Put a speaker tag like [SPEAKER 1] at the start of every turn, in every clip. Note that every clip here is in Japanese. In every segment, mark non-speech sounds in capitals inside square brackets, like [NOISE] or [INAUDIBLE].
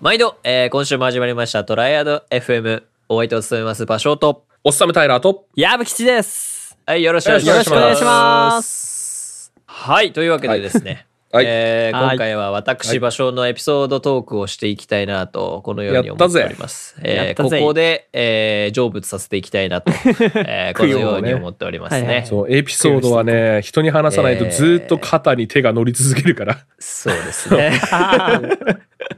[SPEAKER 1] 毎度、えー今週も始まりました、トライアド FM。お相手を務めます、場所と。
[SPEAKER 2] おっさむタイラーと、
[SPEAKER 3] 矢吹吉です。
[SPEAKER 1] はい、よろしくお願いします。。
[SPEAKER 2] よろしくお願いし
[SPEAKER 3] ます
[SPEAKER 1] はい、というわけでですね、
[SPEAKER 2] はい
[SPEAKER 1] えー
[SPEAKER 3] はい
[SPEAKER 1] 今回は私、場所のエピソードトークをしていきたいなと、このように
[SPEAKER 2] やっ
[SPEAKER 1] 思
[SPEAKER 2] た
[SPEAKER 1] って
[SPEAKER 2] ぜ
[SPEAKER 1] おります。
[SPEAKER 3] や
[SPEAKER 1] え
[SPEAKER 3] っ
[SPEAKER 1] ー
[SPEAKER 3] た
[SPEAKER 1] こ
[SPEAKER 3] ぜ
[SPEAKER 1] こで、えー成仏させていきたい
[SPEAKER 3] [LAUGHS]
[SPEAKER 1] なと、えーこのように思っております
[SPEAKER 3] 供をねはい
[SPEAKER 1] ね
[SPEAKER 3] は。い
[SPEAKER 2] そう、エピソードはね、人に話さないとずっと肩に手が乗り続けるから、
[SPEAKER 1] そうです
[SPEAKER 3] [LAUGHS]
[SPEAKER 1] ね。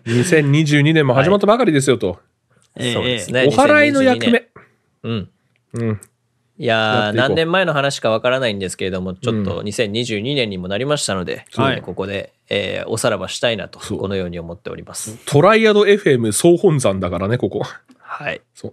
[SPEAKER 2] 2022年も始まったばかりですよと。
[SPEAKER 1] そうですね。
[SPEAKER 2] お祓いの役
[SPEAKER 1] 2022
[SPEAKER 2] 目。
[SPEAKER 1] 年。うん。
[SPEAKER 2] うん。
[SPEAKER 1] いやー
[SPEAKER 2] やっていこう
[SPEAKER 1] 何年前の話かわからないんですけれどもちょっと2022年にもなりましたので、
[SPEAKER 3] はい
[SPEAKER 1] えーここで、えーおさらばしたいなと
[SPEAKER 2] そう
[SPEAKER 1] このように思っております。
[SPEAKER 2] トライアド FM 総本山だからね、ここ。
[SPEAKER 1] はい、
[SPEAKER 2] そう。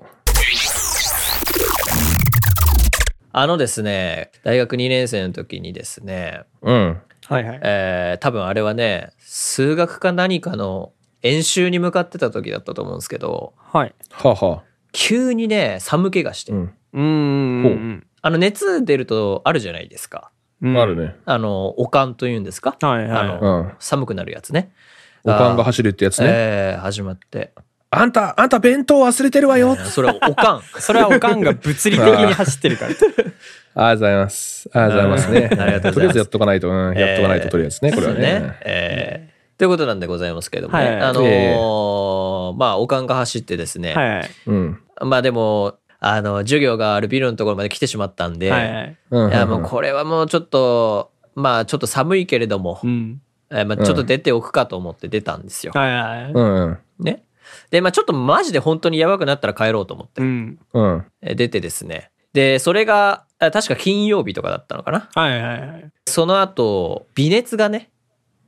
[SPEAKER 1] あのですね大学2年生の時にですね、
[SPEAKER 2] うん。
[SPEAKER 3] はいはい。
[SPEAKER 1] えー多分あれはね数学か何かの演習に向かってた時だったと思うんですけど
[SPEAKER 3] はい。
[SPEAKER 2] はあ、はあ。
[SPEAKER 1] 急にね寒気がして、
[SPEAKER 2] うん。
[SPEAKER 3] うーん。
[SPEAKER 1] あの熱出るとあるじゃないですか
[SPEAKER 3] うん
[SPEAKER 2] ある。ね。
[SPEAKER 1] あのおかんというんですか、
[SPEAKER 3] はいはい
[SPEAKER 1] あ
[SPEAKER 2] う
[SPEAKER 1] の
[SPEAKER 2] ん。
[SPEAKER 1] 寒くなるやつね。
[SPEAKER 2] おかんが走るってやつね。
[SPEAKER 1] えー始まって
[SPEAKER 2] あんた、あんた弁当忘れてるわよ。ありがと
[SPEAKER 1] それはおかん
[SPEAKER 3] それはおかんが物理的に走ってるから。
[SPEAKER 2] うございます。ありがとうございますね。
[SPEAKER 1] うんありがとうございます
[SPEAKER 2] とりあえずやっとかないと、うん、やっとかないと、とりあえずね、これはね。
[SPEAKER 1] えーということなんでございますけれどもね、
[SPEAKER 3] はい
[SPEAKER 1] あのー
[SPEAKER 2] え
[SPEAKER 1] まあ、おかんが走ってですね、
[SPEAKER 3] はいはい。
[SPEAKER 2] うん。
[SPEAKER 1] まあでも、あの、授業があるビルのところまで来てしまったんで、
[SPEAKER 3] はい
[SPEAKER 1] い
[SPEAKER 3] はい。
[SPEAKER 2] うん。
[SPEAKER 1] や、もうこれはもうちょっと、まあちょっと寒いけれども
[SPEAKER 3] う、ん。
[SPEAKER 1] えーまあ、ちょっと出ておくかと思って出たんですよ。
[SPEAKER 3] はいはい。
[SPEAKER 2] うん。うん。
[SPEAKER 1] ね。で、まあちょっとマジで本当にやばくなったら帰ろうと思って、
[SPEAKER 3] うん。
[SPEAKER 2] うん。
[SPEAKER 1] えー出てですね。で、それが、あ確か金曜日とかだったのかな。
[SPEAKER 3] はいはいはい。
[SPEAKER 1] その後、微熱がね、
[SPEAKER 2] うん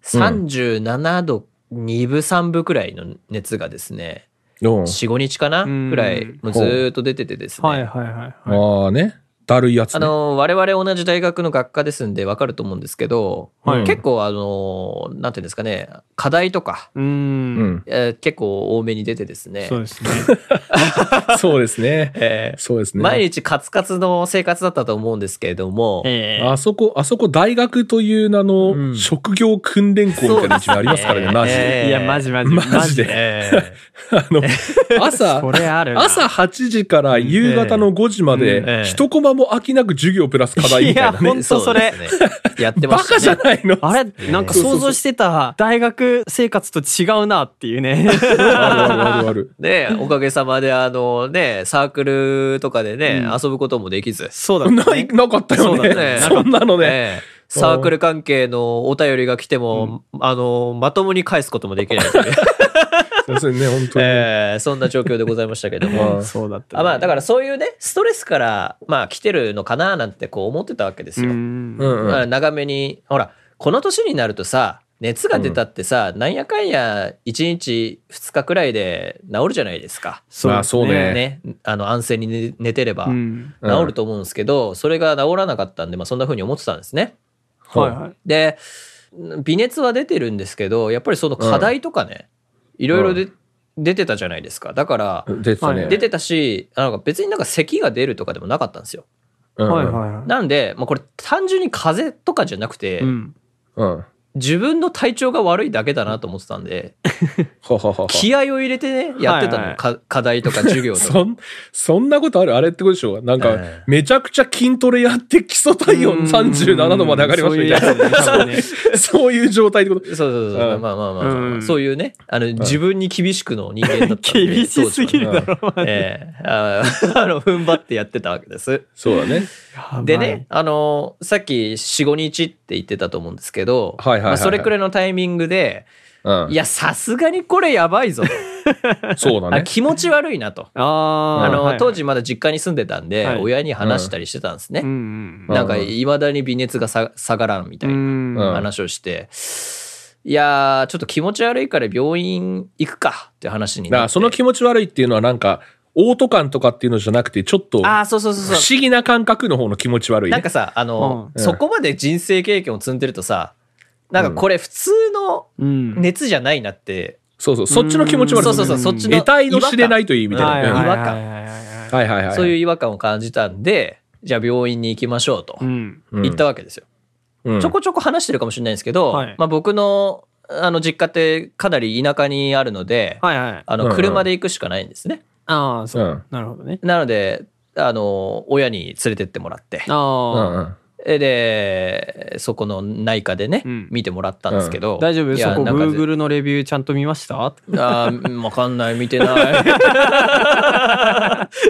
[SPEAKER 1] 37度2分3分くらいの熱がですね、
[SPEAKER 2] うん。
[SPEAKER 1] 4、5日かな
[SPEAKER 3] うん
[SPEAKER 1] くらい、もうずーっと出ててですね。
[SPEAKER 3] はいはいはいはい。
[SPEAKER 2] ああね。だるいやつ、ね。
[SPEAKER 1] あの、我々同じ大学の学科ですんでわかると思うんですけど、
[SPEAKER 2] はい
[SPEAKER 1] 結構あの、なんていうんですかね、課題とか、
[SPEAKER 3] う。
[SPEAKER 2] うんん。
[SPEAKER 1] えー結構多めに出てですね
[SPEAKER 3] そう、ですね。
[SPEAKER 2] そうですね。
[SPEAKER 1] えー
[SPEAKER 2] そうですね。
[SPEAKER 1] 毎日カツカツの生活だったと思うんですけれども、
[SPEAKER 3] ええ。
[SPEAKER 2] あそこ、あそこ大学という名の、
[SPEAKER 1] うん
[SPEAKER 2] 職業訓練校みたいな道がありますからね、マジで。
[SPEAKER 1] えー
[SPEAKER 3] いや、マジマジ。
[SPEAKER 2] マジで
[SPEAKER 1] [LAUGHS] え
[SPEAKER 2] [LAUGHS] あの、朝
[SPEAKER 3] こ、れあるな。
[SPEAKER 2] 朝8時から夕方の5時ま
[SPEAKER 1] うんえ
[SPEAKER 2] で
[SPEAKER 1] え、
[SPEAKER 2] 一コマも飽きなく授業プラス課題みたいな
[SPEAKER 3] ほ
[SPEAKER 1] ー
[SPEAKER 2] ね。
[SPEAKER 3] んとそれ
[SPEAKER 1] うですねやってま
[SPEAKER 2] バ
[SPEAKER 1] したね。
[SPEAKER 2] カじゃないの。
[SPEAKER 3] あれなんか想像してた大学生活と違うなっていうね。
[SPEAKER 2] あるあるあるある。
[SPEAKER 1] ねおかげさまで、あのね、サークルとかでね、
[SPEAKER 3] うん
[SPEAKER 1] 遊ぶこともできず、
[SPEAKER 3] そうだった
[SPEAKER 2] な
[SPEAKER 3] ね
[SPEAKER 2] い、。なかったよ
[SPEAKER 3] そう
[SPEAKER 2] ね。
[SPEAKER 3] だ
[SPEAKER 1] ね
[SPEAKER 2] そんなのね。
[SPEAKER 1] ねサークル関係のお便りが来ても、あの、まともに返すこともできない
[SPEAKER 3] [LAUGHS]
[SPEAKER 1] という、
[SPEAKER 2] すいませんね、本当に。
[SPEAKER 1] ええそんな状況でございましたけど
[SPEAKER 2] う
[SPEAKER 1] も
[SPEAKER 2] ん。
[SPEAKER 3] そうだったね。
[SPEAKER 1] あまあ、だからそういうね、ストレスから、まあ、来てるのかななんてこう思ってたわけですよ。
[SPEAKER 3] う
[SPEAKER 2] う。ん
[SPEAKER 3] ん
[SPEAKER 1] だか
[SPEAKER 2] う
[SPEAKER 1] ら
[SPEAKER 2] ん。
[SPEAKER 1] 長めに、ほら、この年になるとさ、熱が出たってさ、なんやかんや1日2日くらいで治るじゃないですか。
[SPEAKER 2] まあそうね
[SPEAKER 1] ね、あの安静に寝寝てれば。
[SPEAKER 3] うん。
[SPEAKER 2] うん
[SPEAKER 1] 治ると思うんですけど、それが治らなかったんで、まあ、そんな風に思ってたんですね。
[SPEAKER 3] はいはい。
[SPEAKER 1] で微熱は出てるんですけどやっぱりその課題とかね、いろいろで、出てたじゃないですかだから
[SPEAKER 2] 出てたね。
[SPEAKER 1] 出てたしなんか別になんか咳が出るとかでもなかったんですよ。
[SPEAKER 2] うん
[SPEAKER 3] はいはいはい。
[SPEAKER 1] なんで、まあ、これ単純に風邪とかじゃなくて、
[SPEAKER 3] うん。
[SPEAKER 2] うん。は
[SPEAKER 1] 自分の体調が悪いだけだなと思ってたんで
[SPEAKER 2] ははは。
[SPEAKER 1] 気合を入れてねやってたの、
[SPEAKER 3] はいはい
[SPEAKER 1] か課題と
[SPEAKER 3] [LAUGHS]
[SPEAKER 1] か授業とか。
[SPEAKER 2] そん、そんなことあるあれってことでしょなんか、
[SPEAKER 1] ええ
[SPEAKER 2] めちゃくちゃ筋トレやって基礎体温37度まで上がりましたみたいな。
[SPEAKER 3] そういうやつ
[SPEAKER 2] [LAUGHS]
[SPEAKER 3] ね
[SPEAKER 2] そういう状態ってこと。
[SPEAKER 1] そうそうそう、
[SPEAKER 2] うん
[SPEAKER 1] まあまあまあまあ、
[SPEAKER 3] うん
[SPEAKER 1] そういうねあの、自分に厳しくの人間だったんで
[SPEAKER 3] [LAUGHS] [LAUGHS] 厳しすぎるだろ。
[SPEAKER 2] [LAUGHS]
[SPEAKER 1] ええあーあの [LAUGHS] 踏ん張ってやってたわけです。
[SPEAKER 2] そうだね。
[SPEAKER 3] [LAUGHS]
[SPEAKER 1] でね、あのさっき45日って言ってたと思うんですけど、
[SPEAKER 2] はいはいはいはい
[SPEAKER 1] まあ、それくらいのタイミングで
[SPEAKER 2] うん。
[SPEAKER 1] いやさすがにこれやばいぞと、
[SPEAKER 2] そう
[SPEAKER 1] あ
[SPEAKER 2] だね。
[SPEAKER 1] 気持ち悪いなと。
[SPEAKER 3] やばい。あー
[SPEAKER 1] あの、
[SPEAKER 3] はいはい
[SPEAKER 1] 当時まだ実家に住んでたんで、
[SPEAKER 3] はい
[SPEAKER 1] 親に話したりしてたんですね、
[SPEAKER 3] うんうん
[SPEAKER 1] なんか
[SPEAKER 2] うん
[SPEAKER 1] いまだに微熱がさ下がらんみた
[SPEAKER 3] う。
[SPEAKER 1] いなん
[SPEAKER 2] うん
[SPEAKER 1] 話をして、いやーちょっと気持ち悪いから病院行くかって話に
[SPEAKER 2] だか
[SPEAKER 1] なっ
[SPEAKER 2] ら
[SPEAKER 1] て
[SPEAKER 2] その気持ち悪いっていうのはなんか、オート感とかっていうのじゃなくて、ちょっと、
[SPEAKER 1] あーそうそうそう
[SPEAKER 2] 不
[SPEAKER 1] そう
[SPEAKER 2] 思議な感覚の方の気持ち悪い、
[SPEAKER 1] なん
[SPEAKER 2] ね
[SPEAKER 1] か。さあの、
[SPEAKER 2] うん
[SPEAKER 1] そこまで人生経験を積んでるとさなんかこれ普通の
[SPEAKER 3] うん。
[SPEAKER 1] 熱じゃないなって、
[SPEAKER 2] そうそう、そっちの気持ち悪
[SPEAKER 1] そ
[SPEAKER 2] さ
[SPEAKER 1] うそうそうそっちの
[SPEAKER 2] 得体の知れないいといいみたいな。
[SPEAKER 1] はい
[SPEAKER 2] は
[SPEAKER 1] 和感
[SPEAKER 3] 感。
[SPEAKER 2] いはいはい。
[SPEAKER 1] そういう違和感を感じたんでじゃあ病院に行きましょうと
[SPEAKER 3] うん。
[SPEAKER 2] うん、
[SPEAKER 1] 言ったわけですよ、
[SPEAKER 2] うん
[SPEAKER 1] ちょこちょこ話してるかもしれないんですけど、
[SPEAKER 3] はい
[SPEAKER 1] まあ、僕のあの実家ってかなり田舎にあるので、
[SPEAKER 3] はいはい。
[SPEAKER 1] あ
[SPEAKER 2] うんう
[SPEAKER 1] の
[SPEAKER 2] ん
[SPEAKER 1] 車で行くしかないんですね。
[SPEAKER 3] ああ、そう、
[SPEAKER 2] うん
[SPEAKER 3] なるほどね。
[SPEAKER 1] なのであの親に連れてってもらって
[SPEAKER 3] あ
[SPEAKER 2] う
[SPEAKER 3] あ、
[SPEAKER 2] んうん
[SPEAKER 1] でそこの内科でね、
[SPEAKER 3] うん
[SPEAKER 1] 見てもらったんですけど、
[SPEAKER 3] 大丈夫
[SPEAKER 1] い
[SPEAKER 3] そ
[SPEAKER 1] や
[SPEAKER 3] こ
[SPEAKER 1] なんか
[SPEAKER 3] Google のレビューちゃんと見ました
[SPEAKER 1] あーわかんない見てない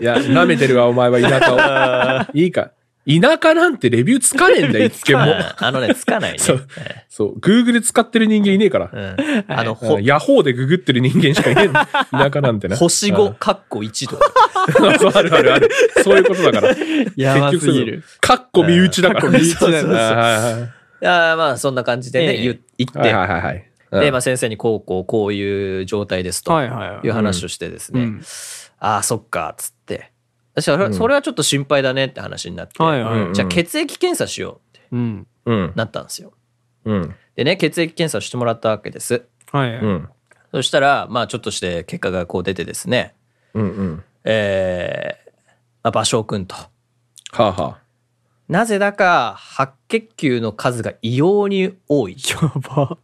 [SPEAKER 2] いや、舐めてるわ、お前は田舎 [LAUGHS] を。いいか。田舎なんてレビューつかねえんだよ、いつけも。
[SPEAKER 1] [LAUGHS] あのねつかないね
[SPEAKER 2] そうそう、Google 使ってる人間いねえから。
[SPEAKER 1] うんあの、
[SPEAKER 2] う
[SPEAKER 1] [LAUGHS] ほ
[SPEAKER 2] んヤホーでググってる人間しかいねえんだ。田舎なんてな。
[SPEAKER 1] 星
[SPEAKER 2] うん
[SPEAKER 1] 5かっこ1とか
[SPEAKER 2] そうあるあるある。そういうことだから。
[SPEAKER 3] やばす
[SPEAKER 2] 結局そう
[SPEAKER 3] ぎ
[SPEAKER 2] いう
[SPEAKER 3] る。
[SPEAKER 2] の。かっこ身内だから。
[SPEAKER 3] うんかっこ身内だ
[SPEAKER 2] [LAUGHS] そ
[SPEAKER 3] よ
[SPEAKER 2] うそうそうはいはい
[SPEAKER 1] あーまあそんな感じでね、
[SPEAKER 3] ええ
[SPEAKER 1] 言う言って、
[SPEAKER 2] はいはいはいはい。うん
[SPEAKER 1] で、まあ、先生にこうこうこういう状態ですと
[SPEAKER 3] はいはい
[SPEAKER 1] いう
[SPEAKER 3] はい。
[SPEAKER 1] 話をしてですね、
[SPEAKER 3] うん
[SPEAKER 1] ああそっかっつって私はそれそれはちょっと心配だねって話になって、
[SPEAKER 3] はいはい。
[SPEAKER 1] じゃあ血液検査しようって
[SPEAKER 3] うん。
[SPEAKER 2] うん。
[SPEAKER 1] なったんですよ
[SPEAKER 2] うん。
[SPEAKER 1] でね血液検査をしてもらったわけです
[SPEAKER 3] はいは
[SPEAKER 2] う
[SPEAKER 3] い。
[SPEAKER 2] ん。
[SPEAKER 1] そしたらまあちょっとして結果がこう出てですね
[SPEAKER 2] うんうん。
[SPEAKER 1] えーまあ、芭蕉君と
[SPEAKER 2] はあは
[SPEAKER 1] なぜだか白血球の数が異様に多い
[SPEAKER 3] やば。
[SPEAKER 2] あ。ああ、なる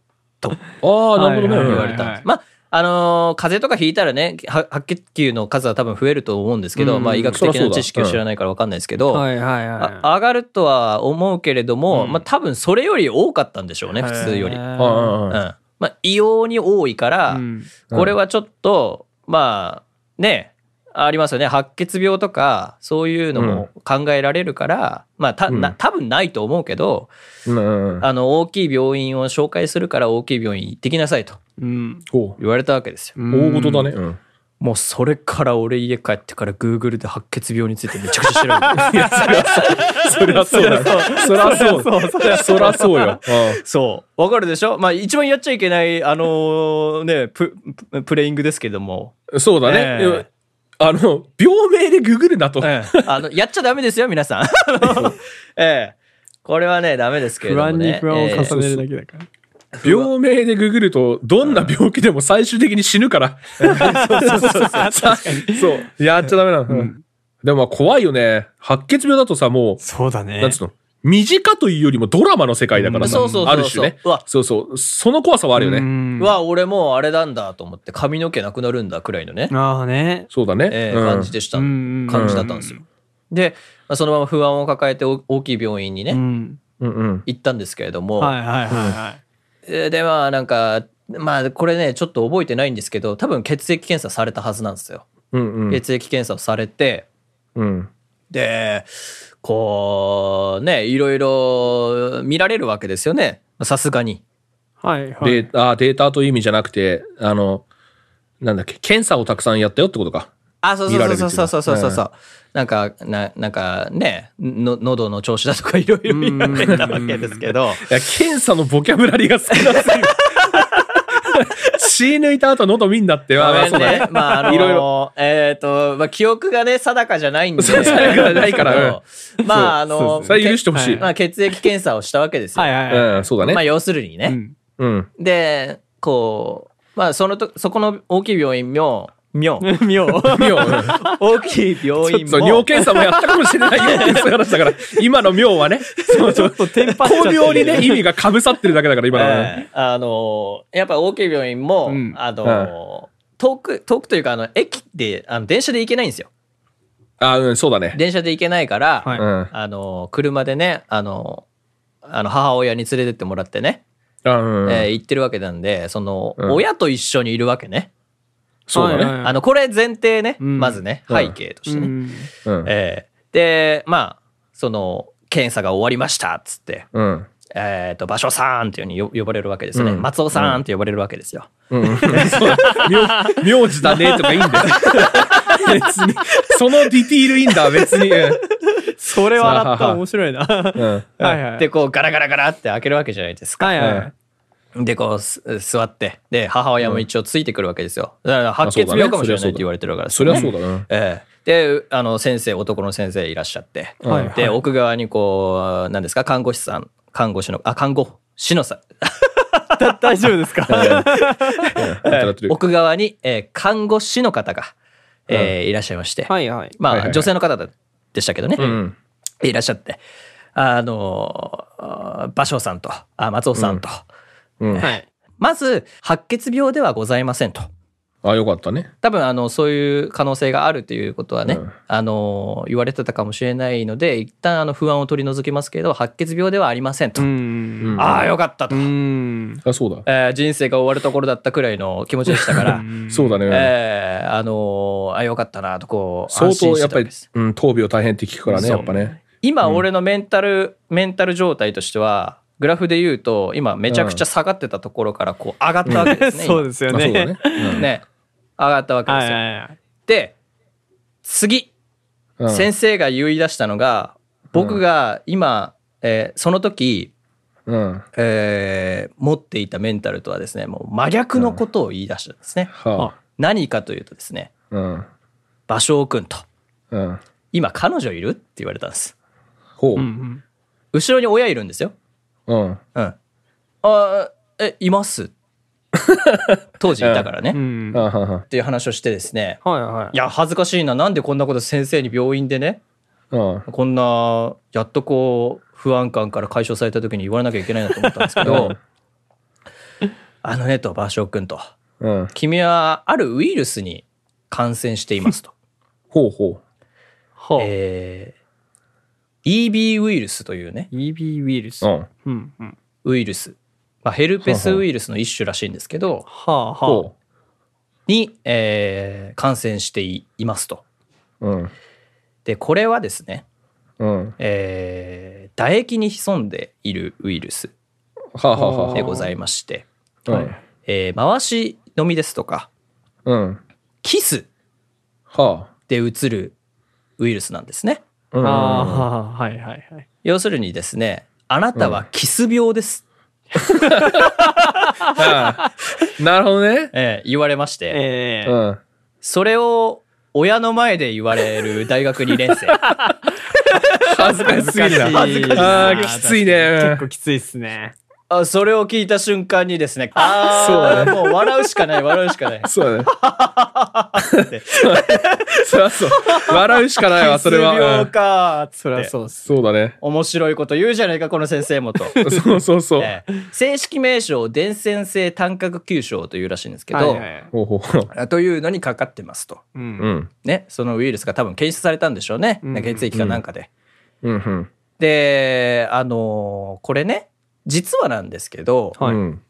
[SPEAKER 2] ほど
[SPEAKER 1] と
[SPEAKER 2] ね。
[SPEAKER 1] 言わ
[SPEAKER 2] 言わ
[SPEAKER 1] れ
[SPEAKER 2] れ
[SPEAKER 1] た
[SPEAKER 2] た。
[SPEAKER 1] んです、
[SPEAKER 3] はい
[SPEAKER 1] まああのー風邪とかひいたらねは白血球の数は多分増えると思うんですけど、
[SPEAKER 3] うん
[SPEAKER 1] まあ、医学
[SPEAKER 2] そりゃ
[SPEAKER 1] 的
[SPEAKER 2] そう
[SPEAKER 1] な
[SPEAKER 2] だ
[SPEAKER 1] 知識を知らないから分かんないですけど、
[SPEAKER 3] はいはい
[SPEAKER 1] あ
[SPEAKER 3] は
[SPEAKER 1] 上がるとは思うけれども、
[SPEAKER 3] うん
[SPEAKER 1] まあ、多分それより多かったんでしょう
[SPEAKER 3] い。
[SPEAKER 1] ね普通より。
[SPEAKER 3] へ
[SPEAKER 1] うん
[SPEAKER 3] ー
[SPEAKER 2] ああ
[SPEAKER 1] まあ、異様に多いから、
[SPEAKER 3] うん
[SPEAKER 1] これはちょっとまあねありますよね白血病とかそういうのも考えられるから、まあた
[SPEAKER 2] うん
[SPEAKER 1] な多分ないと思うけど、
[SPEAKER 2] うんうんうん。
[SPEAKER 1] あの大きい病院を紹介するから大きい病院行ってきなさいと
[SPEAKER 3] うん。
[SPEAKER 2] こう
[SPEAKER 1] 言われたわけですよ。
[SPEAKER 2] 大事だね。うん。
[SPEAKER 1] もうそれから俺家帰ってから Google で白血病についてめちゃくちゃ調べて
[SPEAKER 2] そりゃそうだよ。そりゃそう。そりゃそうよ。 [LAUGHS] う
[SPEAKER 1] そうわかるでしょまあ一番やっちゃいけないあのーねプププレイングですけども、
[SPEAKER 2] んそうだ
[SPEAKER 1] ええ
[SPEAKER 2] ね。いやあの、病名でググるなと。
[SPEAKER 1] ええ [LAUGHS] あのやっちゃダメですよ皆さん [LAUGHS] ええこれはねダメですけれ
[SPEAKER 3] 不
[SPEAKER 1] ども
[SPEAKER 3] 安に
[SPEAKER 1] ね
[SPEAKER 3] 不安を
[SPEAKER 1] ええ
[SPEAKER 3] 重ねるだけだから。
[SPEAKER 2] 病名でググると、どんな病気でも最終的に死ぬから。そう。やっちゃダメなの。うんでもまあ怖いよね。白血病だとさ、も
[SPEAKER 3] そうだ
[SPEAKER 2] う、
[SPEAKER 3] ね
[SPEAKER 2] なんつうの身近というよりもドラマの世界だからさ。
[SPEAKER 1] そうそうそうそう
[SPEAKER 2] ある種ね
[SPEAKER 1] うわ。
[SPEAKER 2] そうそう。その怖さはあるよね。
[SPEAKER 1] うわ俺もうあれなんだと思って髪の毛なくなるんだくらいのね、
[SPEAKER 3] ああね。
[SPEAKER 2] そうだね。
[SPEAKER 1] ええ
[SPEAKER 2] うん
[SPEAKER 1] 感じでした、
[SPEAKER 3] うん
[SPEAKER 1] 感じだったんですよ。で、まあ、そのまま不安を抱えてお大きい病院にね、
[SPEAKER 3] うん。
[SPEAKER 2] うんうん。
[SPEAKER 1] 行ったんですけれども、
[SPEAKER 3] はいはいはいはい。
[SPEAKER 1] えーでまあなんかまあこれねちょっと覚えてないんですけど多分血液検査されたはずなんですよ、
[SPEAKER 2] うんうん。
[SPEAKER 1] 血液検査をされて
[SPEAKER 2] うん。
[SPEAKER 1] でこうねいろいろ見られるわけですよねさすがに
[SPEAKER 3] はいはい。
[SPEAKER 2] データ、あデータという意味じゃなくて、あの、なんだっけ、検査をたくさんやったよってことか。
[SPEAKER 1] あそうそうそうそうそうそうそう
[SPEAKER 2] 見られるっていう
[SPEAKER 1] そう、なんかななんかねの喉の調子だとかいろいろ見られたわけですけど
[SPEAKER 2] いや、検査のボキャブラリーが少なすぎる。血抜いた後喉見んだって。まあまあ
[SPEAKER 1] ごめんねまああの
[SPEAKER 2] いろいろ。
[SPEAKER 1] えっ、と、まあ、記憶がね定かじゃないんで
[SPEAKER 2] そう定かじゃないからうん
[SPEAKER 1] [LAUGHS] そうまああ
[SPEAKER 3] そう
[SPEAKER 1] の
[SPEAKER 2] それ許してほしい。
[SPEAKER 1] [LAUGHS] まあ、血液検査をしたわけですよ。
[SPEAKER 3] はいはいはい。
[SPEAKER 2] うん、そうだね。
[SPEAKER 1] まあ要するにね。
[SPEAKER 3] うん
[SPEAKER 2] うん。
[SPEAKER 1] でこうまあそのとそこの大きい病院も妙
[SPEAKER 3] [LAUGHS] 妙。
[SPEAKER 2] 妙。
[SPEAKER 1] [LAUGHS] 大きい病
[SPEAKER 2] ちょ
[SPEAKER 1] 院
[SPEAKER 2] っと尿
[SPEAKER 1] も
[SPEAKER 2] 検査もやったかもしれないよっていう話だから、今の妙はね、そうそう。
[SPEAKER 3] テンパっちゃって
[SPEAKER 2] 巧
[SPEAKER 3] る
[SPEAKER 2] 妙にね、意味が被さってるだけだから、今のはね。
[SPEAKER 1] ええあのやっぱ大きい病院も、
[SPEAKER 3] うん
[SPEAKER 1] あの、遠く遠くというかあの駅であの電車で行けないんですよ。
[SPEAKER 2] あ、うん、そうだね。
[SPEAKER 1] 電車で行けないから、
[SPEAKER 3] は
[SPEAKER 2] う
[SPEAKER 3] い
[SPEAKER 2] ん。あ
[SPEAKER 1] あの車でねあのあの母親に連れてってもらってね、
[SPEAKER 2] うんう
[SPEAKER 1] ええ
[SPEAKER 2] ん。
[SPEAKER 1] 行ってるわけなんでその、
[SPEAKER 2] うん
[SPEAKER 1] 親と一緒にいるわけね。
[SPEAKER 2] そうだ
[SPEAKER 3] はい
[SPEAKER 2] ね。
[SPEAKER 3] はい
[SPEAKER 1] あのこれ前提ね、
[SPEAKER 3] うん
[SPEAKER 1] まずね
[SPEAKER 2] うん
[SPEAKER 1] 背景としてね。
[SPEAKER 3] [LAUGHS] うん
[SPEAKER 2] うん。
[SPEAKER 1] えーでまあその検査が終わりましたっつって、
[SPEAKER 2] うん。
[SPEAKER 1] えー、と場所さんっていうふうによ呼ばれるわけですよね、
[SPEAKER 2] うん
[SPEAKER 1] 松尾さんって呼ばれるわけですよ。
[SPEAKER 2] うん、そう名名字だねとかいいんだよ。別に。そのディティールいいんだ、別に。うん
[SPEAKER 3] それ笑ったら面白いな。は
[SPEAKER 2] うん。
[SPEAKER 3] いはい。
[SPEAKER 1] でこうガラガラガラって開けるわけじゃないですか。
[SPEAKER 3] はいはいはい。
[SPEAKER 1] でこうす座ってで母親も一応ついてくるわけですよ。だから白血
[SPEAKER 2] あそうだ
[SPEAKER 1] 病
[SPEAKER 2] ね
[SPEAKER 1] かもしれない
[SPEAKER 2] そりゃそう
[SPEAKER 1] って
[SPEAKER 2] だ
[SPEAKER 1] 言われてるから
[SPEAKER 2] そりゃそうだな。
[SPEAKER 1] ええであの先生男の先生いらっしゃって、
[SPEAKER 3] はいはい
[SPEAKER 1] で奥側にこう何ですか看護師さん看護師のあ看護師のさん
[SPEAKER 3] だ大丈夫です [LAUGHS] か
[SPEAKER 2] 働ってる。
[SPEAKER 1] 奥側に、えー看護師の方が、えーいらっしゃいまして、
[SPEAKER 3] はいはい。
[SPEAKER 1] まあ、
[SPEAKER 2] はいはいはい
[SPEAKER 1] 女性の方だでしたけどね、
[SPEAKER 2] うん。
[SPEAKER 1] いらっしゃって、あのー、あー芭蕉さんと、あ松尾さんと、
[SPEAKER 2] うん。
[SPEAKER 3] はい。
[SPEAKER 1] まず、白血病ではございませんと。
[SPEAKER 2] あ、よかったね。
[SPEAKER 1] 多分あのそういう可能性があるということはね、
[SPEAKER 2] うん
[SPEAKER 1] あの言われてたかもしれないので一旦あの不安を取り除きますけど白血病ではありませんと、
[SPEAKER 3] ん
[SPEAKER 1] ああよかったと、
[SPEAKER 3] うん。
[SPEAKER 2] あ、そうだ。
[SPEAKER 1] えー人生が終わるところだったくらいの気持ちでしたから、
[SPEAKER 2] そうだね。
[SPEAKER 1] えーあのあよかったなとこう
[SPEAKER 2] 相
[SPEAKER 1] 安心
[SPEAKER 2] 当
[SPEAKER 1] して
[SPEAKER 2] やったぱ
[SPEAKER 1] わけで
[SPEAKER 2] り
[SPEAKER 1] す、
[SPEAKER 2] うん、闘病大変って聞くからね、
[SPEAKER 1] そ
[SPEAKER 2] や
[SPEAKER 1] う
[SPEAKER 2] っぱね。
[SPEAKER 1] 今俺のメンタル、メンタル状態としてはグラフで言うと今めちゃくちゃ下がってたところからこう上がったわけですね、
[SPEAKER 3] [LAUGHS] そうです
[SPEAKER 2] あ
[SPEAKER 3] よ
[SPEAKER 2] そう
[SPEAKER 3] ね。
[SPEAKER 2] だね。
[SPEAKER 1] 今ね上がったわけで
[SPEAKER 3] は
[SPEAKER 1] す
[SPEAKER 3] い
[SPEAKER 1] よ、
[SPEAKER 3] はいはい。
[SPEAKER 1] で次
[SPEAKER 2] うんうん
[SPEAKER 1] 先生が言い出したのが僕が今、えーその時、
[SPEAKER 2] うん。
[SPEAKER 1] えー持っていたメンタルとはですねもう真逆のことを言い出したんですね、
[SPEAKER 2] はあ。
[SPEAKER 1] 何かというとですね
[SPEAKER 2] うん。
[SPEAKER 1] 「芭蕉君と
[SPEAKER 2] うん。
[SPEAKER 1] 今彼女いる?」って言われたんです
[SPEAKER 2] ほう。
[SPEAKER 3] う
[SPEAKER 2] うん。
[SPEAKER 3] ん
[SPEAKER 1] 後ろに親いるんですよ
[SPEAKER 2] うん。
[SPEAKER 1] うんあーえいます
[SPEAKER 3] [LAUGHS]
[SPEAKER 1] 当時いたからね、っ
[SPEAKER 3] うん。
[SPEAKER 2] あ
[SPEAKER 3] はい
[SPEAKER 2] はは。
[SPEAKER 1] ていう話をしてですね
[SPEAKER 3] はい。
[SPEAKER 1] いや恥ずかしいななんでこんなこと先生に病院でね
[SPEAKER 2] うん。
[SPEAKER 1] こんなやっとこう不安感から解消された時に言われなきゃいけないなと思ったんですけど [LAUGHS] あのねと芭蕉君と
[SPEAKER 2] うん。
[SPEAKER 1] 君はあるウイルスに感染していますと、
[SPEAKER 2] ほうほ
[SPEAKER 3] [LAUGHS] ほう。
[SPEAKER 1] えー EB ウイルスというね
[SPEAKER 3] EB ウイルス。
[SPEAKER 2] う。うん。
[SPEAKER 3] うんうん。
[SPEAKER 1] ウイルス、まあ、ヘルペスウイルスの一種らしいんですけど
[SPEAKER 3] はあは
[SPEAKER 2] ほ
[SPEAKER 1] に、えー感染していいますと
[SPEAKER 2] う。うん。
[SPEAKER 1] でこれはですね、
[SPEAKER 2] うん。
[SPEAKER 1] えー唾液に潜んでいるウイルス
[SPEAKER 2] はあはあはあ。
[SPEAKER 1] でございまして、
[SPEAKER 2] うん
[SPEAKER 3] はい
[SPEAKER 1] えー回し飲みですとか
[SPEAKER 2] うん。
[SPEAKER 1] キス
[SPEAKER 2] は
[SPEAKER 1] でうつるウイルスなんですね
[SPEAKER 2] あ。うん
[SPEAKER 3] あ。ああ、はいはいはい。
[SPEAKER 1] 要するにですねあなたはキス病です、
[SPEAKER 2] ああなるほどね。
[SPEAKER 1] ええ言われまして、
[SPEAKER 3] え
[SPEAKER 2] う
[SPEAKER 3] え。
[SPEAKER 2] ん。
[SPEAKER 1] それを親の前で言われる大学2年生
[SPEAKER 2] 恥ずかしすぎるな。
[SPEAKER 3] 恥ずかしい
[SPEAKER 2] ああ、きついね
[SPEAKER 3] 結。構きついっすね。
[SPEAKER 1] あそれを聞いた瞬間にですねあ
[SPEAKER 2] そう
[SPEAKER 1] あ、
[SPEAKER 2] だね
[SPEAKER 1] もう笑うしかない笑うしかない
[SPEAKER 2] そうだね。 [LAUGHS] そりゃそう。笑うしかな
[SPEAKER 1] [LAUGHS]
[SPEAKER 2] いわ、それ
[SPEAKER 1] キス
[SPEAKER 2] は。う
[SPEAKER 1] 病
[SPEAKER 2] ん
[SPEAKER 1] か
[SPEAKER 3] そりゃそうっす。
[SPEAKER 2] そうだね。
[SPEAKER 1] 面白いこと言うじゃないかこの先生
[SPEAKER 3] [LAUGHS]
[SPEAKER 1] もと、
[SPEAKER 2] そうそうそう。
[SPEAKER 1] ええ正式名称伝染性単核球症というらしいんですけど、
[SPEAKER 3] はいはいはい
[SPEAKER 2] ほうほう。
[SPEAKER 1] あというのにかかってますと
[SPEAKER 3] う。
[SPEAKER 2] うんん。
[SPEAKER 1] ね、そのウイルスが多分検出されたんでしょうね、
[SPEAKER 3] うん
[SPEAKER 1] 血液かなんかで。
[SPEAKER 2] うんうん。
[SPEAKER 1] であのこれね実はなんですけど、
[SPEAKER 3] はい
[SPEAKER 2] うん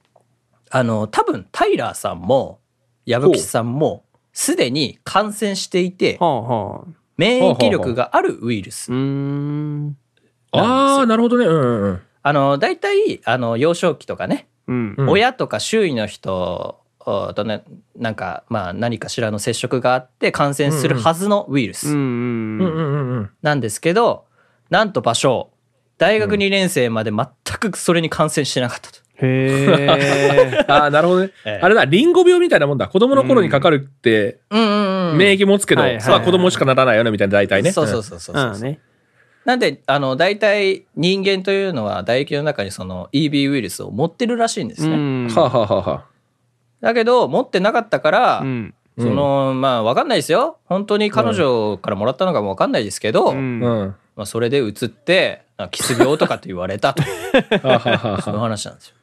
[SPEAKER 1] あの多分タイラーさんも矢吹さんもすでに感染していて
[SPEAKER 3] はあはあ。
[SPEAKER 1] 免疫力があるウイルス
[SPEAKER 3] う。ーん。
[SPEAKER 2] ああ、なるほどね。うんうんうん。
[SPEAKER 1] あの大体あの幼少期とかね、
[SPEAKER 3] うん。
[SPEAKER 2] うん
[SPEAKER 1] 親とか周囲の人おとねなんかまあ何かしらの接触があって感染するはずのウイルス。
[SPEAKER 3] うん
[SPEAKER 2] う
[SPEAKER 3] うんん
[SPEAKER 2] う
[SPEAKER 3] う
[SPEAKER 2] ん
[SPEAKER 3] ん。
[SPEAKER 2] うんうん。
[SPEAKER 1] なんですけど、なんと場所、大学2年生まで全くそれに感染してなかったと。
[SPEAKER 2] [LAUGHS]
[SPEAKER 3] へえ。
[SPEAKER 2] ああ、なるほどね。
[SPEAKER 1] ええ
[SPEAKER 2] あれだ、リンゴ病みたいなもんだ。子供の頃にかかるって、
[SPEAKER 1] うんうんうん
[SPEAKER 2] 免疫持つけど、
[SPEAKER 3] はいはいはい
[SPEAKER 2] まあ子供しかならないよね、みたいな、大体ね。
[SPEAKER 1] そうそうんそうそうそう
[SPEAKER 3] ああね。
[SPEAKER 1] なんで、あの、大体人間というのは唾液の中にその EB ウイルスを持ってるらしいんですね。
[SPEAKER 3] ん
[SPEAKER 2] はあはあはあはあ。
[SPEAKER 1] だけど、持ってなかったから、
[SPEAKER 3] うん。
[SPEAKER 1] その、まあ、わかんないですよ。本当に彼女からもらったのかもわかんないですけど、
[SPEAKER 2] うん。は
[SPEAKER 1] まあ、それで移って、あキス病とかって言われ [LAUGHS] たと
[SPEAKER 2] あはあ
[SPEAKER 1] [LAUGHS]
[SPEAKER 2] は
[SPEAKER 1] そういう
[SPEAKER 2] あ。
[SPEAKER 1] 話なんですよ。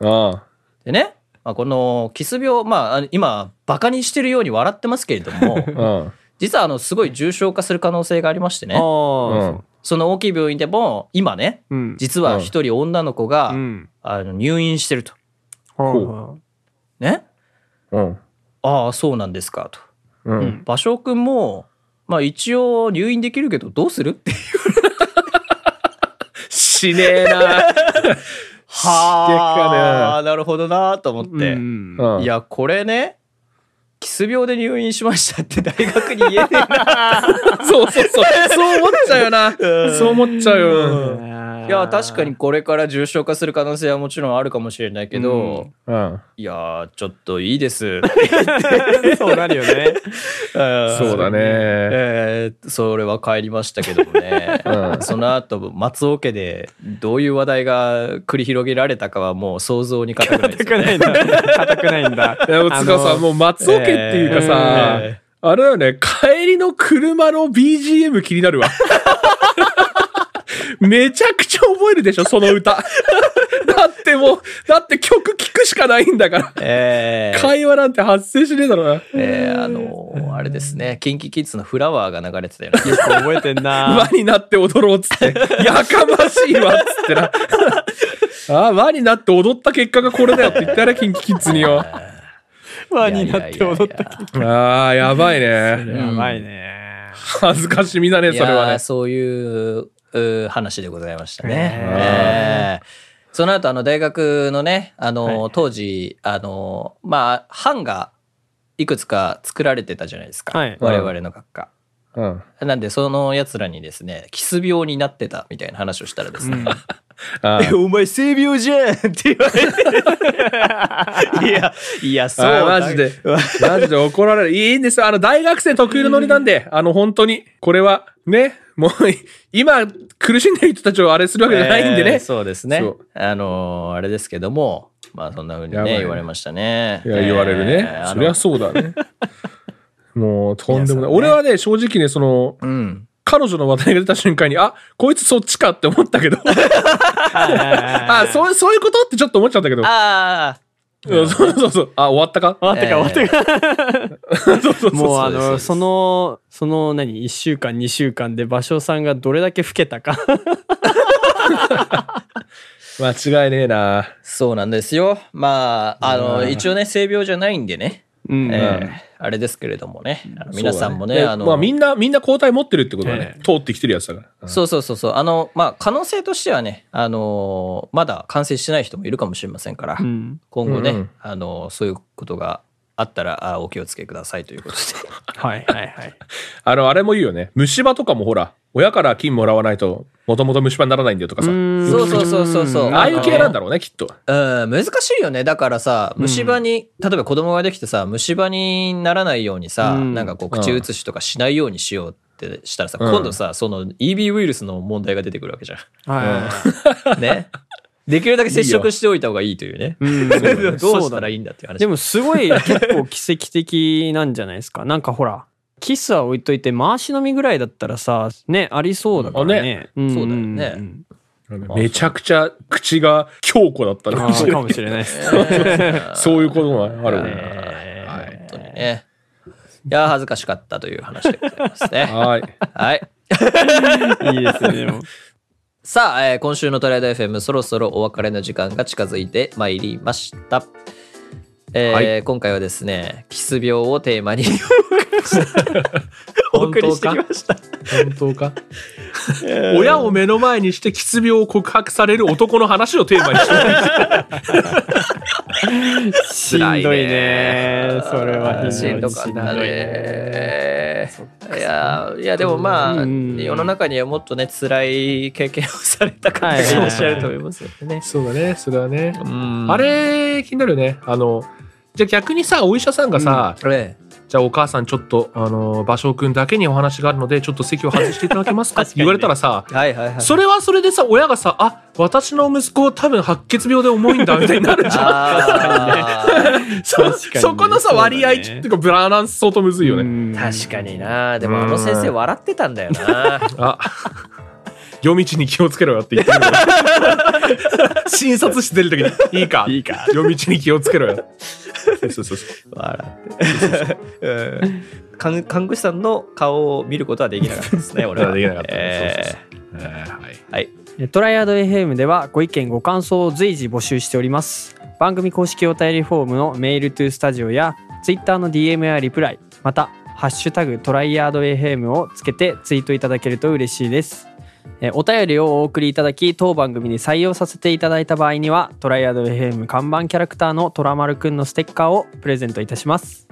[SPEAKER 2] ああ。
[SPEAKER 1] でね、まあ、このキス病、まああの、今、バカにしてるように笑ってますけれども、
[SPEAKER 2] うん。
[SPEAKER 1] 実はあのすごい重症化する可能性がありまして
[SPEAKER 3] ああ、
[SPEAKER 1] ね
[SPEAKER 3] そ
[SPEAKER 1] その大きい病院でも今ね
[SPEAKER 3] う。うん。
[SPEAKER 1] 実は一人女の子が、
[SPEAKER 3] うん。
[SPEAKER 1] あの入院してると
[SPEAKER 3] は
[SPEAKER 1] ね
[SPEAKER 2] うん。
[SPEAKER 1] ああそうなんですかと
[SPEAKER 2] う。
[SPEAKER 3] あ。うんん。
[SPEAKER 1] 芭蕉君もまあ一応入院できるけどどうするって
[SPEAKER 2] しねえな。
[SPEAKER 1] あなるほどなと思って、
[SPEAKER 3] うん
[SPEAKER 2] うん
[SPEAKER 1] いやこれねキス病で入院しましたって大学に言えねえな
[SPEAKER 2] [LAUGHS] そうそうそう。そう思っちゃうよな。そう思っちゃうよ。
[SPEAKER 1] いや確かに。これから重症化する可能性はもちろんあるかもしれないけど、
[SPEAKER 3] うん
[SPEAKER 2] うん。
[SPEAKER 1] いやーちょっといい
[SPEAKER 2] [LAUGHS]
[SPEAKER 1] です
[SPEAKER 3] そうなるよね。
[SPEAKER 2] そうだね。
[SPEAKER 1] えーそれは帰りましたけどもね、
[SPEAKER 2] うん
[SPEAKER 1] その後松尾家でどういう話題が繰り広げられたかはもう想像に難くないで
[SPEAKER 3] 硬
[SPEAKER 1] すよね。
[SPEAKER 3] くないんだ。 [LAUGHS] 硬くないんだ。
[SPEAKER 2] いや、もうつかさ、もう松尾家っていうかさ、
[SPEAKER 1] え
[SPEAKER 2] あれだよね、帰りの車の BGM 気になるわ。 [LAUGHS] めちゃくちゃ覚えるでしょ、その歌。 [LAUGHS] だってもう、だって曲聴くしかないんだから。
[SPEAKER 1] えー
[SPEAKER 2] 会話なんて発生しねえだろうな。
[SPEAKER 1] えーあのーあれですね、キンキキッズのフラワーが流れてたよね。
[SPEAKER 3] よく覚えてんな
[SPEAKER 2] [LAUGHS] 輪になって踊ろうっつ
[SPEAKER 1] [LAUGHS]
[SPEAKER 2] って。やかましいわっつってな。ああ、輪になって踊った結果がこれだよって言ったら、キンキキッズ
[SPEAKER 1] [LAUGHS]
[SPEAKER 2] によ。
[SPEAKER 3] 輪になって踊った気
[SPEAKER 2] ああ、やばい
[SPEAKER 3] 分
[SPEAKER 2] ね。
[SPEAKER 3] やばいね
[SPEAKER 2] 恥ずかしみだね、
[SPEAKER 1] い
[SPEAKER 2] それは
[SPEAKER 1] やー
[SPEAKER 2] ね。
[SPEAKER 1] そういううー話でございましたね。
[SPEAKER 3] ね
[SPEAKER 1] えーその後あの大学のねあのー、
[SPEAKER 3] はい
[SPEAKER 1] 当時あのーまあ班がいくつか作られてたじゃないですか、
[SPEAKER 3] はい
[SPEAKER 1] 我々の学科。
[SPEAKER 2] うん。
[SPEAKER 1] なんでそのやつらにですねキス病になってたみたいな話をしたらですね、 [LAUGHS]
[SPEAKER 2] あー
[SPEAKER 1] お前性病じゃんって言われ
[SPEAKER 3] [LAUGHS]
[SPEAKER 1] ていやいやそう
[SPEAKER 2] あ
[SPEAKER 1] だ
[SPEAKER 2] ーマジで。マジで怒られる。いいんですよ。あの、大学生特有のノリなんで、あの、本当に、これは、ね、もう、今、苦しんでる人たちをあれするわけじゃないんで
[SPEAKER 1] え
[SPEAKER 2] ね
[SPEAKER 1] ー。そうですね
[SPEAKER 2] そう。
[SPEAKER 1] あのーあれですけども、まあそんな風に
[SPEAKER 2] やばい
[SPEAKER 1] ね
[SPEAKER 2] ね
[SPEAKER 1] 言われましたね。
[SPEAKER 2] いや、言われるね。
[SPEAKER 1] えー
[SPEAKER 2] そりゃそうだね。もう、とんでもない。
[SPEAKER 1] いやそうね
[SPEAKER 2] 俺はね、正直ね、その、
[SPEAKER 1] あのうん。 [LAUGHS]
[SPEAKER 2] 彼女の話題が出た瞬間に、あ、こいつそっちかって思ったけど、 [LAUGHS] あ、
[SPEAKER 3] あ
[SPEAKER 2] そう、そういうことってちょっと思っちゃったけど、
[SPEAKER 1] あ
[SPEAKER 2] うんそうそうそう、あ、終わったか
[SPEAKER 3] 終わったか終わったか
[SPEAKER 2] そうそうそう。
[SPEAKER 3] もうあ
[SPEAKER 1] そうですそうで
[SPEAKER 3] の
[SPEAKER 1] す
[SPEAKER 3] そのその何1週間2週間で芭蕉さんがどれだけ老けたか [LAUGHS]
[SPEAKER 2] 間違いねえな。
[SPEAKER 1] そうなんですよ。まああの
[SPEAKER 2] うん
[SPEAKER 1] 一応ね性病じゃないんでね、
[SPEAKER 3] うん
[SPEAKER 1] えーあれですけれどもね、あの皆さんもね
[SPEAKER 2] そうだ
[SPEAKER 1] あの、
[SPEAKER 2] まあみんな、みんな交代持ってるってことだね。通ってきてるやつだから。うん
[SPEAKER 1] そうそうそうそうあのまあ可能性としてはねあのーまだ完成してない人もいるかもしれませんから、
[SPEAKER 3] うん
[SPEAKER 1] 今後ね、
[SPEAKER 2] うんうん
[SPEAKER 1] あのーそういうことがあったらあお気をつけくださいということで。
[SPEAKER 3] はいはいはい
[SPEAKER 2] あの、あれもいいよね。虫歯とかもほら、親から金もらわないと、もともと虫歯にならないんだよとかさ。
[SPEAKER 1] [LAUGHS] そうそうそうそうそう
[SPEAKER 2] ああいう系なん
[SPEAKER 3] だ
[SPEAKER 2] だろうね、きっと。
[SPEAKER 1] うん、難しいよね。だからさ、
[SPEAKER 3] うん
[SPEAKER 1] 虫歯に、例えば子供ができてさ、虫歯にならないようにさ、
[SPEAKER 3] うん
[SPEAKER 1] なんかこう、
[SPEAKER 2] うん
[SPEAKER 1] 口移しとかしないようにしようってしたらさ、
[SPEAKER 2] うん
[SPEAKER 1] 今度さ、その EB ウイルスの問題が出てくるわけじゃ
[SPEAKER 3] はい
[SPEAKER 1] ん。 [LAUGHS] ね。できるだけ接触しておいた方がいいというね。 [LAUGHS]
[SPEAKER 3] うん
[SPEAKER 1] どうしたらいいんだっていう話。
[SPEAKER 3] でもすごい結構奇跡的なんじゃないですか。なんかほら、キスは置いといて回し飲みぐらいだったらさ、ね、ありそうだからね。んん
[SPEAKER 1] そうだよね
[SPEAKER 3] ん
[SPEAKER 2] めちゃくちゃ口が強固だった
[SPEAKER 3] あ
[SPEAKER 2] ら、
[SPEAKER 3] ーかもしれないです。
[SPEAKER 2] そういうこともあるね。
[SPEAKER 1] ね
[SPEAKER 2] はい
[SPEAKER 1] 本当にね。いや、恥ずかしかったという話でございます [LAUGHS] ね。
[SPEAKER 2] はい。
[SPEAKER 1] はい。
[SPEAKER 3] いいですね。でも
[SPEAKER 1] さあ、えー今週のトライアド FM そろそろお別れの時間が近づいてまいりました、えー
[SPEAKER 2] はい
[SPEAKER 1] 今回はですねキス病をテーマにお
[SPEAKER 2] 本
[SPEAKER 1] 送り
[SPEAKER 2] 当
[SPEAKER 1] してき
[SPEAKER 2] か
[SPEAKER 1] ま [LAUGHS] した
[SPEAKER 2] 本当か親を目の前にして、キス病を告白される男の話をテーマにしてる。
[SPEAKER 3] しんどいね。それは非
[SPEAKER 1] し
[SPEAKER 3] 常
[SPEAKER 1] んど
[SPEAKER 3] に
[SPEAKER 1] か
[SPEAKER 3] し
[SPEAKER 1] っ
[SPEAKER 3] んど
[SPEAKER 1] た
[SPEAKER 3] い
[SPEAKER 1] ねいやいやでもまあ、
[SPEAKER 3] うん
[SPEAKER 1] 世の中にはもっとね辛い経験をされた方が
[SPEAKER 3] はい
[SPEAKER 1] いらっしゃると思いますよね、
[SPEAKER 2] [LAUGHS] そうだね、それはね。
[SPEAKER 1] うん
[SPEAKER 2] あれ、気になるよね。あの、じゃあ逆にさ、お医者さんがさ、
[SPEAKER 1] ええ
[SPEAKER 2] じゃあお母さんちょっと、あの、芭蕉くんだけにお話があるので、ちょっと席を外していただけますかって言われたらさ、
[SPEAKER 1] はいはいはい
[SPEAKER 2] それはそれでさ、親がさ、あ、私の息子多分白血病で重いんだ、みたいになるじ [LAUGHS] ゃん。
[SPEAKER 1] あー
[SPEAKER 2] そ
[SPEAKER 3] 確かにね
[SPEAKER 2] そこのさ、
[SPEAKER 3] そうだね
[SPEAKER 2] 割合、ちょっとブランス相当むずいよね。
[SPEAKER 3] うん
[SPEAKER 1] 確かになでもあの先生笑ってたんだよな
[SPEAKER 2] あ、夜道に気をつけろよって言ってるのに診察室出るときに、いいか。
[SPEAKER 3] いいか。
[SPEAKER 2] 夜道に気をつけろよ。そうそうそうそう。
[SPEAKER 1] [LAUGHS] 笑ってうん看 [LAUGHS] 看護師さんの顔を見ることはできなかった [LAUGHS] ですね俺は
[SPEAKER 2] できなかったね
[SPEAKER 1] え
[SPEAKER 2] そうえーはい
[SPEAKER 1] ーはい
[SPEAKER 3] トライアド FM ではご意見ご感想を随時募集しております番組公式お便りフォームのメールトゥースタジオや Twitter の DM やリプライまた「ハッシュタグトライアド FM」をつけてツイートいただけると嬉しいですえーお便りをお送りいただき当番組に採用させていただいた場合にはトライアド FM 看板キャラクターのトラまるくんのステッカーをプレゼントいたします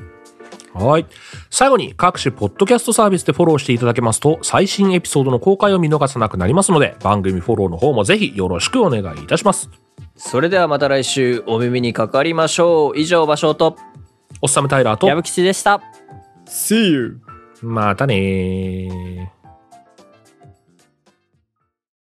[SPEAKER 2] はい。最後に各種ポッドキャストサービスでフォローしていただけますと、最新エピソードの公開を見逃さなくなりますので、番組フォローの方もぜひよろしくお願いいたします。
[SPEAKER 1] それではまた来週お耳にかかりましょう以上場所と
[SPEAKER 2] おっさむタイラーと
[SPEAKER 3] 矢、吹吉でした
[SPEAKER 1] See you!
[SPEAKER 2] またねー。